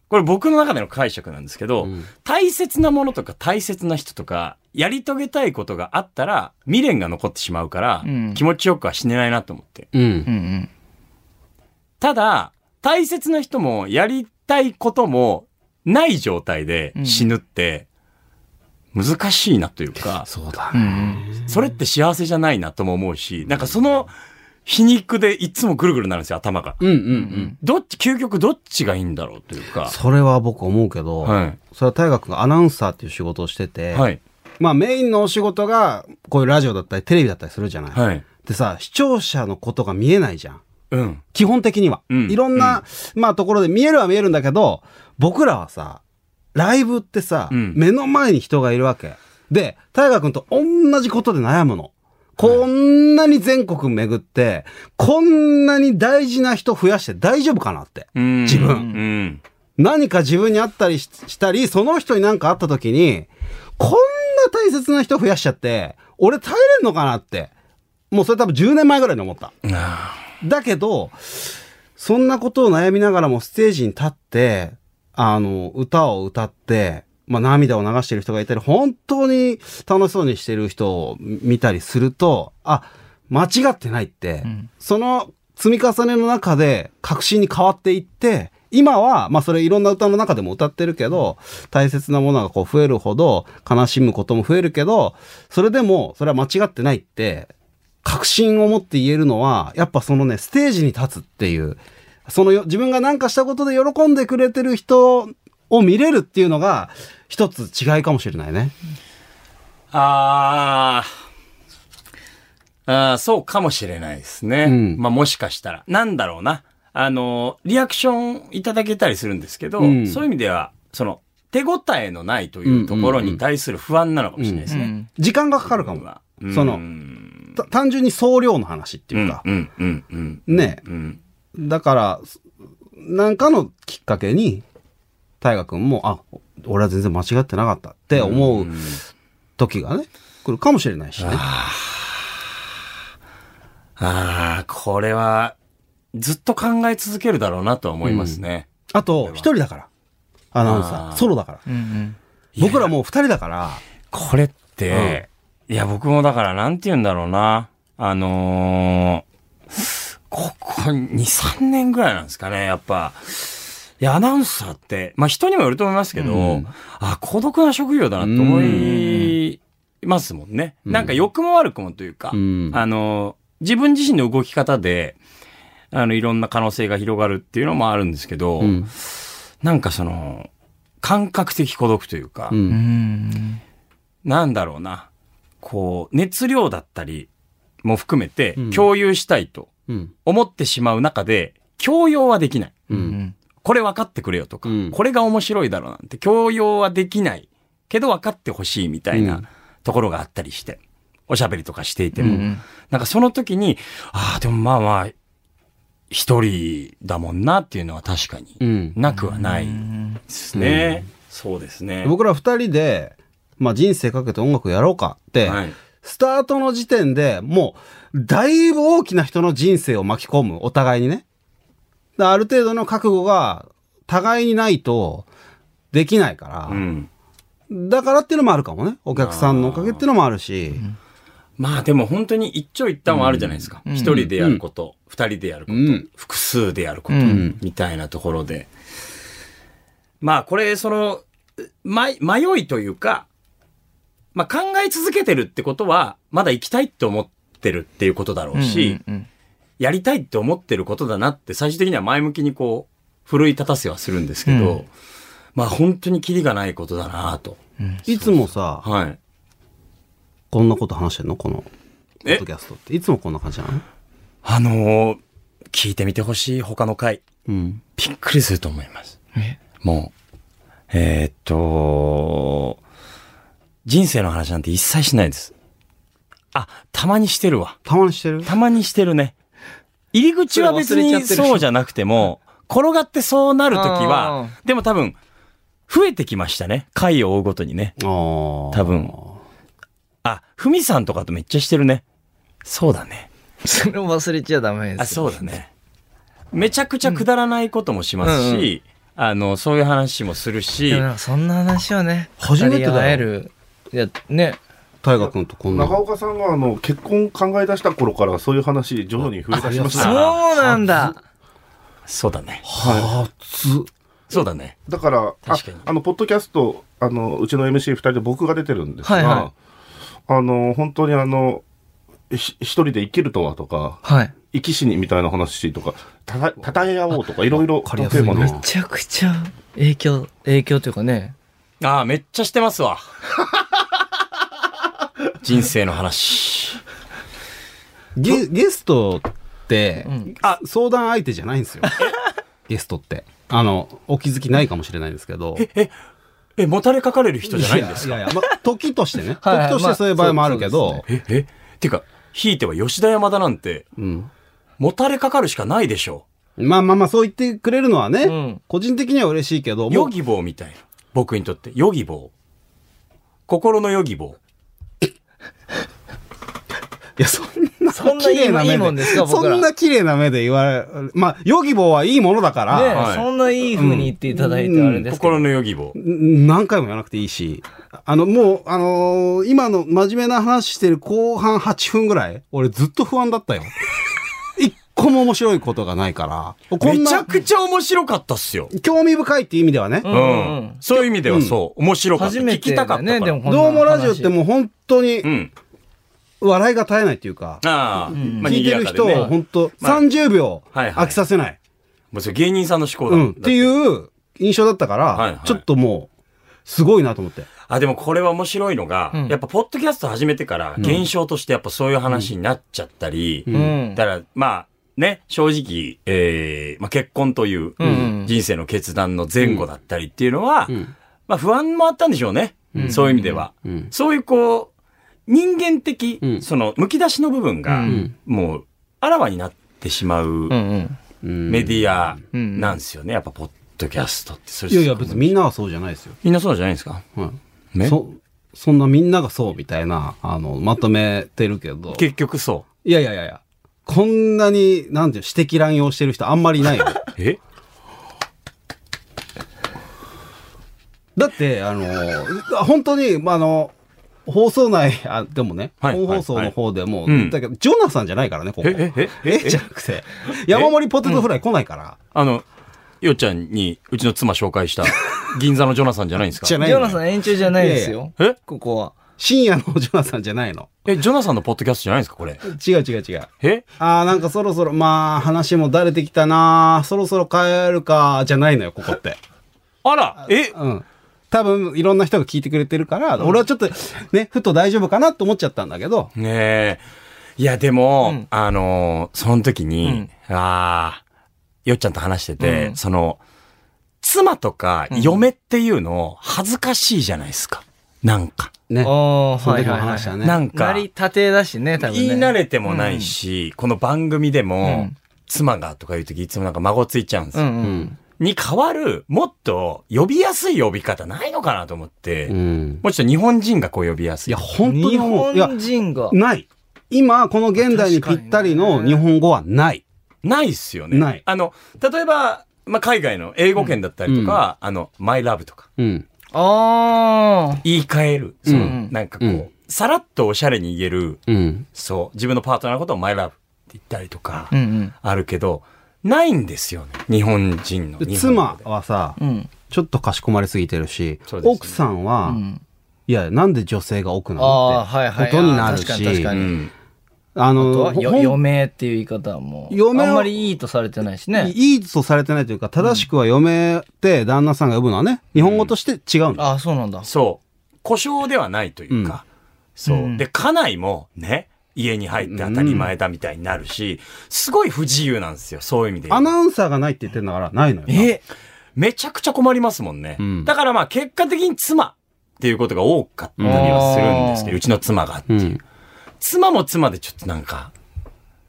S2: これ僕の中での解釈なんですけど、大切なものとか大切な人とか、やり遂げたいことがあったら、未練が残ってしまうから、
S4: うん
S2: 気持ちよくは死ねないなと思って。
S3: うん。
S4: うん
S2: ただ、大切な人もやりたいこともない状態で死ぬって、難しいなというか、
S3: そうだ
S4: う。んうん
S2: それって幸せじゃないなとも思うし、なんかその皮肉でいつもぐるぐるなるんですよ、頭が。
S3: うんうんうん。
S2: どっち、究極どっちがいいんだろうというか。
S3: それは僕思うけど、
S2: は
S3: それは大学がアナウンサーっていう仕事をしてて、
S2: い。はい。
S3: まあメインのお仕事が、こういうラジオだったりテレビだったりするじゃない。
S2: はい。
S3: でさ、視聴者のことが見えないじゃん。
S2: うん。
S3: 基本的には。
S2: うん
S3: いろんな、まあところで見えるは見えるんだけど、僕らはさ、ライブってさ、
S2: うん
S3: 目の前に人がいるわけ。で、大河君と同じことで悩むの。こんなに全国巡って、こんなに大事な人増やして大丈夫かなって。
S2: うん
S3: 自分
S2: うん。
S3: 何か自分に会ったりししたり、その人に何か会った時に、こんな大切な人増やしちゃって、俺耐えれんのかなって。もうそれ多分10年前ぐらいに思った。だけど、そんなことを悩みながらもステージに立って、あの、歌を歌って、まあ、涙を流している人がいたり、本当に楽しそうにしている人を見たりすると、あ、間違ってないって、
S4: うん
S3: その積み重ねの中で確信に変わっていって、今は、まあそれいろんな歌の中でも歌ってるけど、大切なものがこう増えるほど、悲しむことも増えるけど、それでも、それは間違ってないって、確信を持って言えるのは、やっぱそのね、ステージに立つっていう、そのよ自分が何かしたことで喜んでくれてる人を見れるっていうのが、一つ違いかもしれないね。
S2: あーあー、そうかもしれないですね。
S3: うん
S2: まあもしかしたら。なんだろうな。あの、リアクションいただけたりするんですけど、
S3: うん
S2: そういう意味では、その、手応えのないというところに対する不安なのかもしれないですね。
S4: うん
S3: 時間がかかるかも。
S2: うん
S3: その
S2: うん
S3: た単純に総量の話っていうか。
S2: うんうんうん
S3: ね
S2: うんうん
S3: だから、なんかのきっかけに、大河君も、あ、俺は全然間違ってなかったって思う時がね、来るかもしれないしね。
S2: ああ、これは、ずっと考え続けるだろうなとは思いますね。
S3: あと、一人だから。アナウンサ
S2: あ
S3: ー。
S2: ー
S3: ソロだから。
S4: うん
S3: 僕らもう二人だから、
S2: これって、いや、僕もだから、なんて言うんだろうな。あのーここ2、3年ぐらいなんですかね、やっぱ。いや、アナウンサーって、まあ人にもよると思いますけど、
S3: うん
S2: あ、孤独な職業だなと思いますもんね。
S3: うん
S2: なんか良くも悪くもというか、
S3: うん
S2: あの、自分自身の動き方で、あの、いろんな可能性が広がるっていうのもあるんですけど、
S3: うん
S2: なんかその、感覚的孤独というか、
S3: うん
S4: うんうん
S2: なんだろうな、こう、熱量だったりも含めて
S3: うん
S2: 共有したいと
S3: うん
S2: 思ってしまう中で、強要はできない。
S3: う
S4: うんん
S2: これ分かってくれよとか、
S3: うん
S2: これが面白いだろうなんて、強要はできないけど分かってほしいみたいうなんところがあったりして、おしゃべりとかしていて
S4: う
S2: も、
S4: ん
S2: なんかその時に、ああ、でもまあまあ、一人だもんなっていうのは確かに
S3: うん
S2: なくはないですね。そうですね。
S3: 僕ら二人で、まあ、人生かけて音楽やろうかって、
S2: はい
S3: スタートの時点でもう、だいぶ大きな人の人生を巻き込む、お互いにね。だからある程度の覚悟が、互いにないと、できないから、
S2: うん
S3: だからっていうのもあるかもね。お客さんのおかげっていうのもあるし、
S2: まあでも本当に一長一短はあるじゃないですか。
S4: うん
S2: 一人でやること、二、人でやること、
S3: うん
S2: 複数でやること、
S4: うん
S2: みたいなところで。まあこれ、その、ま、迷いというか、まあ考え続けてるってことは、まだ行きたいって思ってるっていうことだろうし、
S4: うんうん
S2: やりたいって思ってることだなって最終的には前向きにこう、奮い立たせはするんですけど、
S4: うん
S2: まあ本当にキリがないことだなと。
S3: いつもさ、
S2: はい。
S3: こんなこと話してんのこの、ポッ
S2: え
S3: ドキャストって。いつもこんな感じなの
S2: あのー聞いてみてほしい他の回。
S3: うん。
S2: びっくりすると思います。
S4: え
S2: もう、えーっと、人生の話なんて一切しないです。あ、たまにしてるわ。
S3: たまにしてる
S2: たまにしてるね。入り口は別にそうじゃなくて [LAUGHS] も、転がってそうなるときは、でも多分、増えてきましたね。回を追うごとにね。
S3: ああ。多
S2: 多分。あ、ふみさんとかとめっちゃしてるね。そうだね。
S4: それを忘れちゃダメです。
S2: あ、そうだね。めちゃくちゃくだらないこともします
S4: うんうんう
S2: し、あの、そういう話もするし、
S4: でもなんかそんな話はね、
S3: 初めてだよ
S4: 二人が会える。いや、ね。
S3: 大河君とこんな。
S7: 中岡さんがあの結婚考え出した頃からそういう話徐々に増え出しまし
S4: そう
S7: たね
S4: なんだ。
S2: そうだね。
S3: はつ。
S2: そうだね。
S7: だからあ
S2: 確かに
S7: あのポッドキャストあのうちの MC2 人で僕が出てるんですが、
S4: はいは
S7: あの本当にあのひ一人で生きるとはとか
S4: はい。
S7: 生き死にみたいな話とかたたたたえ合おうとかいろいろ
S3: かりやすいな
S7: のテーマ
S4: め
S7: で
S4: ちゃくちゃ影響、影響というかね。
S2: ああ、めっちゃしてます [LAUGHS] わ。人生の話。
S3: ゲゲストって、
S4: ん
S3: あ相談相手じゃないんですよ。 [LAUGHS] ゲストって。あの、お気づきないかもしれないんですけど。
S2: え、もたれかかれる人じゃないんですか
S3: やいやいや、まあ、 [LAUGHS] 時としてね。
S4: はいはい
S3: 時としてそういう場合もあるけど、
S4: まあ
S2: え、え、てか、ひいては吉田山田なんて、
S3: うん
S2: もたれかかるしかないでしょ
S3: まあまあまあ、そう言ってくれるのはね、
S4: うん
S3: 個人的には嬉しいけど、
S2: う。
S3: も
S2: ヨ
S3: う
S2: ギボーみたいな。僕にとって、ヨギボー。心のヨギボー。
S3: いや、そんな
S4: そんないい
S3: 綺麗な目で
S4: いいもんですか僕ら
S3: そんな綺麗な目で言われ、まあ、ヨギボーはいいものだから、
S4: ねえ、
S2: はい
S4: そんないい風に言っていただいてあれですけど、
S2: 心のヨギボー。
S3: ん何回もやらなくていいし、あの、もう、あのー今の真面目な話してる後半8分ぐらい、俺ずっと不安だったよ。一個も面白いことがないから。こん
S2: めちゃ
S3: な、
S2: くちゃ面白かったっすよ。
S3: 興味深いっていう意味ではね。
S4: う
S2: うん
S4: うん
S2: ん。そういう意味ではそう。面白かった。
S4: 初め
S2: 聞
S4: て
S2: きたか
S4: だ
S2: ったか
S4: ね
S2: ら。
S4: でもこんな
S3: どうもラジオって
S4: 話
S3: もう本当に
S2: うん。
S3: 笑いが絶えないっていうか、
S2: ああ、まあ、
S3: 聞いて
S2: 賑
S3: る
S2: やかで
S3: 人を
S2: ね。
S3: 本当
S2: まあ
S3: 30秒
S2: はいはい
S3: 飽きさせない。
S2: もうそれ芸人さんの思考
S3: う
S2: だ。
S3: ん。っていう印象だったか
S2: はいは
S3: ら
S2: い、
S3: ちょっともう、すごいなと思って。
S2: あ、でもこれは面白いのが、
S4: うん
S2: やっぱポッドキャスト始めてから、現象としてやっぱそういう話になっちゃったり、
S3: う
S4: うん
S2: だから、まあ、ね、正直、えーまあ、結婚という
S4: うん
S2: 人生の決断の前後だったりっていうのは、まあ、不安もあったんでしょうね。そういう意味では。
S3: うん
S2: そういうこう、人間的、
S3: うん
S2: その、むき出しの部分が、
S4: うん
S2: もう、あらわになってしまう
S4: うんうん
S2: メディア
S4: うん
S2: なんですよね。やっぱ、ポッドキャストって。それ
S3: いやいや、別にみんなはそうじゃないですよ。
S2: みんなそうじゃないですか
S3: はい
S2: ね
S3: そそんなみんながそうみたいなあのまとめてるけど
S2: 結局そ
S3: いやいやいやいやこんなになんていう指摘乱用してる人あんまりい
S2: [LAUGHS]
S3: ないよ
S2: う。え
S3: だってあの本当に、まあ、あの放送内あでもね、
S2: はい
S3: 本放送の方でも
S2: はいはい
S3: 言ったけど、ジョナサンじゃないからねここ
S2: ええええ
S3: えじゃなくて山盛りポテトフライ来ないから、
S2: あの、よっちゃんに、うちの妻紹
S4: [LAUGHS]
S2: 介した、銀座のジョナさんじゃないんですか
S3: じゃない
S4: ジョ
S3: の
S4: ナサン延長じゃないですよ
S2: いやいやえ
S4: ここは
S3: 深夜のジョナサンじゃないの
S2: え、ジョナさんのポッドキャストじゃないんですかこれ。
S3: 違う違う違う
S2: え
S3: あーなんかそろそろまあ話もだれてきたなそろそろ帰るかじゃないのよここって
S2: あらえ
S3: うん。多分、いろんな人が聞いてくれてるから、俺はちょっと、ね、ふと大丈夫かなと思っちゃったんだけど、
S2: ねえ。いや、でも、
S4: うん
S2: あのーその時に、ああ、よっちゃんと話してて、
S4: うん
S2: その、妻とか
S4: ん
S2: 嫁っていうの恥ずかしいじゃないですか。なんか。
S3: ね。
S4: あー
S3: その
S4: はい
S3: 時
S4: は
S3: も
S4: いは
S3: 話した
S4: い
S3: ね。
S2: なんか
S4: な、りたてだしね多分ね
S2: 言い慣れてもないし、この番組でも、
S4: うん
S2: 妻がとかいう時いつもなんか孫ついちゃうんです
S4: う
S2: よ。
S4: んうん
S2: に変わる、もっと呼びやすい呼び方ないのかなと思って、
S3: うん。
S2: もうちょっと日本人がこう呼びやす
S3: い
S2: い。
S3: や、本当
S4: 日
S3: に思う。いや
S4: 本、人が
S3: ない。今、この現代にぴったりの日本語はない。
S2: ないっすよね。
S3: ない
S2: あの、例えば、まあ、海外の英語圏だったりとか、あの、マイラブとか、
S3: うん。
S4: あ
S2: 言い換える。その、
S4: うん
S2: なんかこう、
S3: うん
S2: さらっとおしゃれに言える、
S3: うん。
S2: そう、自分のパートナーのことをマイラブって言ったりとか
S4: あ、うん
S2: あるけど、ないんですよね。日本人の。日本語
S3: 妻
S2: で
S3: はさ
S4: う、んうん
S3: ちょっとかしこまりすぎてるし、
S2: そうですね
S3: 奥さんは、
S4: うん
S3: いや、なんで女性が奥な
S4: あ
S3: の
S4: あ
S3: っ
S4: はいはい
S3: てことになるし、
S4: あー確かに確か
S2: う
S4: に
S2: ん。
S3: あ
S4: あと
S3: の、
S4: はよ
S3: ほん
S4: 余命っていう言い方はもう
S3: 余命は
S4: あんまりいいとされてないしね
S3: いいとされてないというか、正しくは嫁って旦那さんが呼ぶのはね、日本語として違うんだ。
S4: ああそうなんだ
S2: そう。故障ではないというか、そうう。
S4: ん
S2: で、家内もね、家に入って当たり前だみたいになるし、すごい不自由なんですよ。そういう意味で言うと。
S3: アナウンサーがないって言ってんだから、ないのよ。
S4: え
S2: めちゃくちゃ困りますもんね。
S3: うん
S2: だからまあ結果的に妻っていうことが多かったりはするんですけ
S4: う
S2: ど、
S4: ん
S2: うちの妻がっていう。妻も妻でちょっとなんか、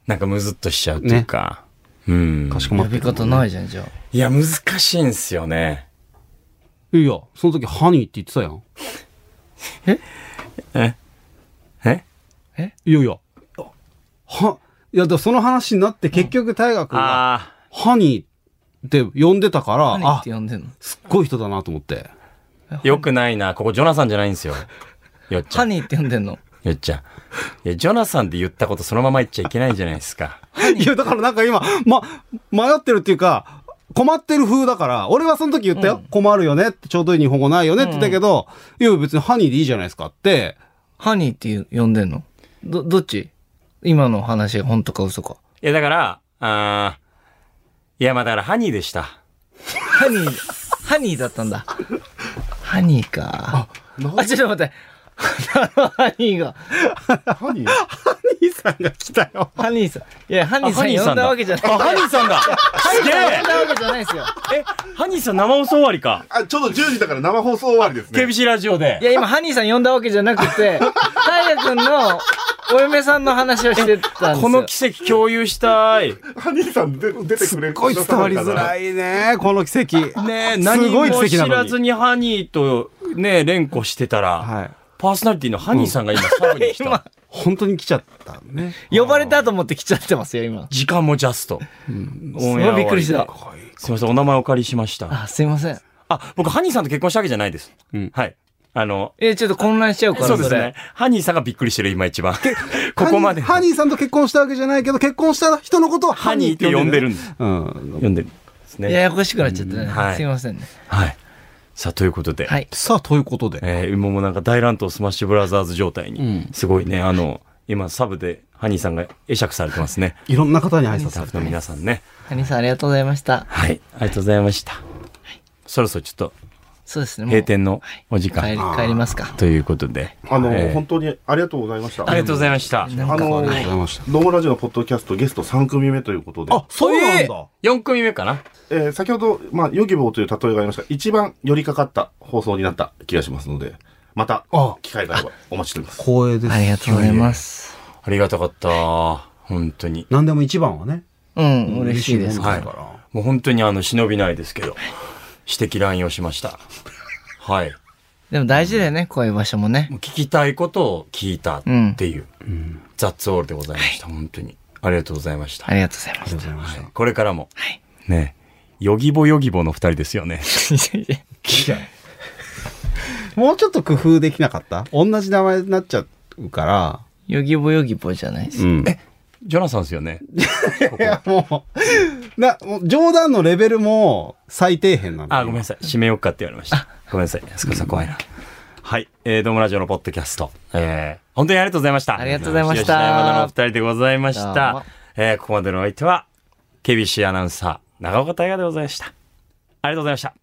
S2: なんかムズっとしちゃうというか。うん。
S3: かしこま
S4: 呼
S3: って
S4: び
S3: るもんね
S4: 方ないじゃんじゃあ
S2: いや、難しいんすよね。
S3: いや、その時、ハニーって言ってたやん。
S2: え
S3: いやいや。は、いや、でもその話になって結局、大河君が、
S2: あ
S3: ハニーって呼んでたから、
S4: 何っ
S3: あ
S4: て、呼んでんの
S3: すっごい人だなと思って。
S2: あ、よくないな。ここジョナサンじゃないんですよ。よっちゃ
S4: ハ
S2: ん。
S4: ニーって呼んでんの
S2: よっちゃん。いや、ジョナサンで言ったことそのまま言っちゃいけないじゃないですか。
S3: いや、だからなんか今、ま、迷ってるっていうか、困ってる風だから、俺はその時言ったよ。困るよねって、ちょうどいい日本語ないよねって言ったけど、いや、別にハニーでいいじゃないですかって、
S4: ハニーっていう呼んでんのど、どっち今の話が本当か嘘か。
S2: いや、だから、あーいや、まあだからハニーでした。
S4: ハニー、ハニーだったんだ。ハニーか。あ、ちょっと待って。ハニーが、
S7: ハニー
S3: ハニーさんが来たよ。
S4: ハニーさん。いや、ハニーさ
S2: あハニーさ
S4: ん呼
S2: ん
S4: ん
S2: だ
S4: だわけじゃない。
S2: あ、ハニーさんだすげ
S4: 呼
S2: え
S4: んだわけじゃないですよ。
S2: え、ハニーさん生放送終わりか。
S7: あ、ちょうど10時だから生放送終わりですね。
S2: KBC ラジオで
S4: い。や、今、ハニーさん呼んだわけじゃなくて、タイヤくんのお嫁さんの話をしてたんですよ。
S2: この奇跡共有したい。
S7: ハニーさんで出てくれる
S3: すごい伝わりづらいね、この奇跡。
S2: ねえ、
S3: す
S2: 何も
S3: ごい奇
S2: 知
S3: 跡なのに
S2: らずにハニーとね、連呼してたら、
S3: はい。
S2: パーソナリティのハニーさんが今サブに来た。
S4: 今、
S3: 本当に来ちゃったね。
S4: 呼ばれたと思って来ちゃってますよ、今。
S2: 時間もジャスト。
S4: す
S2: オ
S4: ご
S2: ンエア終わ
S4: いびっくりした。
S2: すみません、お名前お借りしました。
S4: あ、すいません。
S2: あ、僕、ハニーさんと結婚したわけじゃないです。
S3: うん
S2: はい。あの、
S4: え、ちょっと混乱しちゃうから、
S2: そうです
S4: れ
S2: ね。。ハニーさんがびっくりしてる、今一番。ここまで。
S3: ハニーハニーさんと結婚したわけじゃないけど、結婚した人のことを
S2: ハニーって呼んで。るんです。
S3: うん。
S2: 呼んでるんです
S4: や
S2: ね。
S4: やこしくなっちゃった
S2: うんは
S4: ね。
S2: い
S4: すいませんね。
S2: はい。さあ、ということで。
S4: はい。
S3: さあ、ということで。
S2: えー今もなんか大乱闘スマッシュブラザーズ状態に、
S3: うん
S2: すごいねあの今サブでハニーさんが会釈されてますね
S3: いろんな方に挨拶
S2: スタ
S3: さ
S2: ッ
S3: れ
S2: フの皆さんね
S4: ハニーさんありがとうございました。
S2: はいありがとうございました、そろそろちょっと
S4: そうですね。もう
S2: 閉店のお時
S4: 帰り
S2: 間、、
S4: 帰りますか。
S2: ということで
S7: あの、
S2: えー
S7: 本当にありがとうございました。
S2: ありがとうございました
S4: なん
S7: あ
S4: か
S3: が
S7: の、
S3: とうございました
S7: ドームラジオのポッドキャストゲスト3組目ということで、
S3: あ、そうなんだ。
S2: 4組目かな
S7: えー先ほど、まあ、ヨギボーという例えがありましたが、一番寄りかかった放送になった気がしますので、また
S3: あ、
S7: 機会があればお待ちしております。
S3: 光栄です。
S4: ありがとうございます。
S2: ありがたかった本当に
S3: 何でも一番はね。
S4: うん、嬉しいです。
S3: もん
S2: はいもう本当にあの忍びないですけど指摘乱用しましたはい
S4: でも大事だよね、こういう場所もね
S2: も。う聞きたいことを聞いたっていう、ザッツオールでございました、本当にありがとうございました
S4: ありがとうござい
S3: だから
S4: ま
S3: ありがとうございました。
S2: これからも。ねヨギボヨギボの二人ですよね。
S4: す。い [LAUGHS] やいや
S3: [LAUGHS] もうちょっと工夫できなかった同じ名前になっちゃうから。
S4: ヨギボヨギボじゃないです。
S3: ん。
S2: ジョナサンですよね。
S3: いや、もう、な、もう冗談のレベルも最底辺なの。
S2: あ、ごめんなさい。締めようかって言われました。ごめんなさい。安川さん怖いな。はい。えー、ドームラジオのポッドキャスト。えー、本当にありがとうございました。
S4: ありがとうございました
S2: 吉田山田のお二人でございまし
S4: どうも
S2: た。えー、ここまでのお相手は、KBC アナウンサー、長岡大河でございました。ありがとうございました。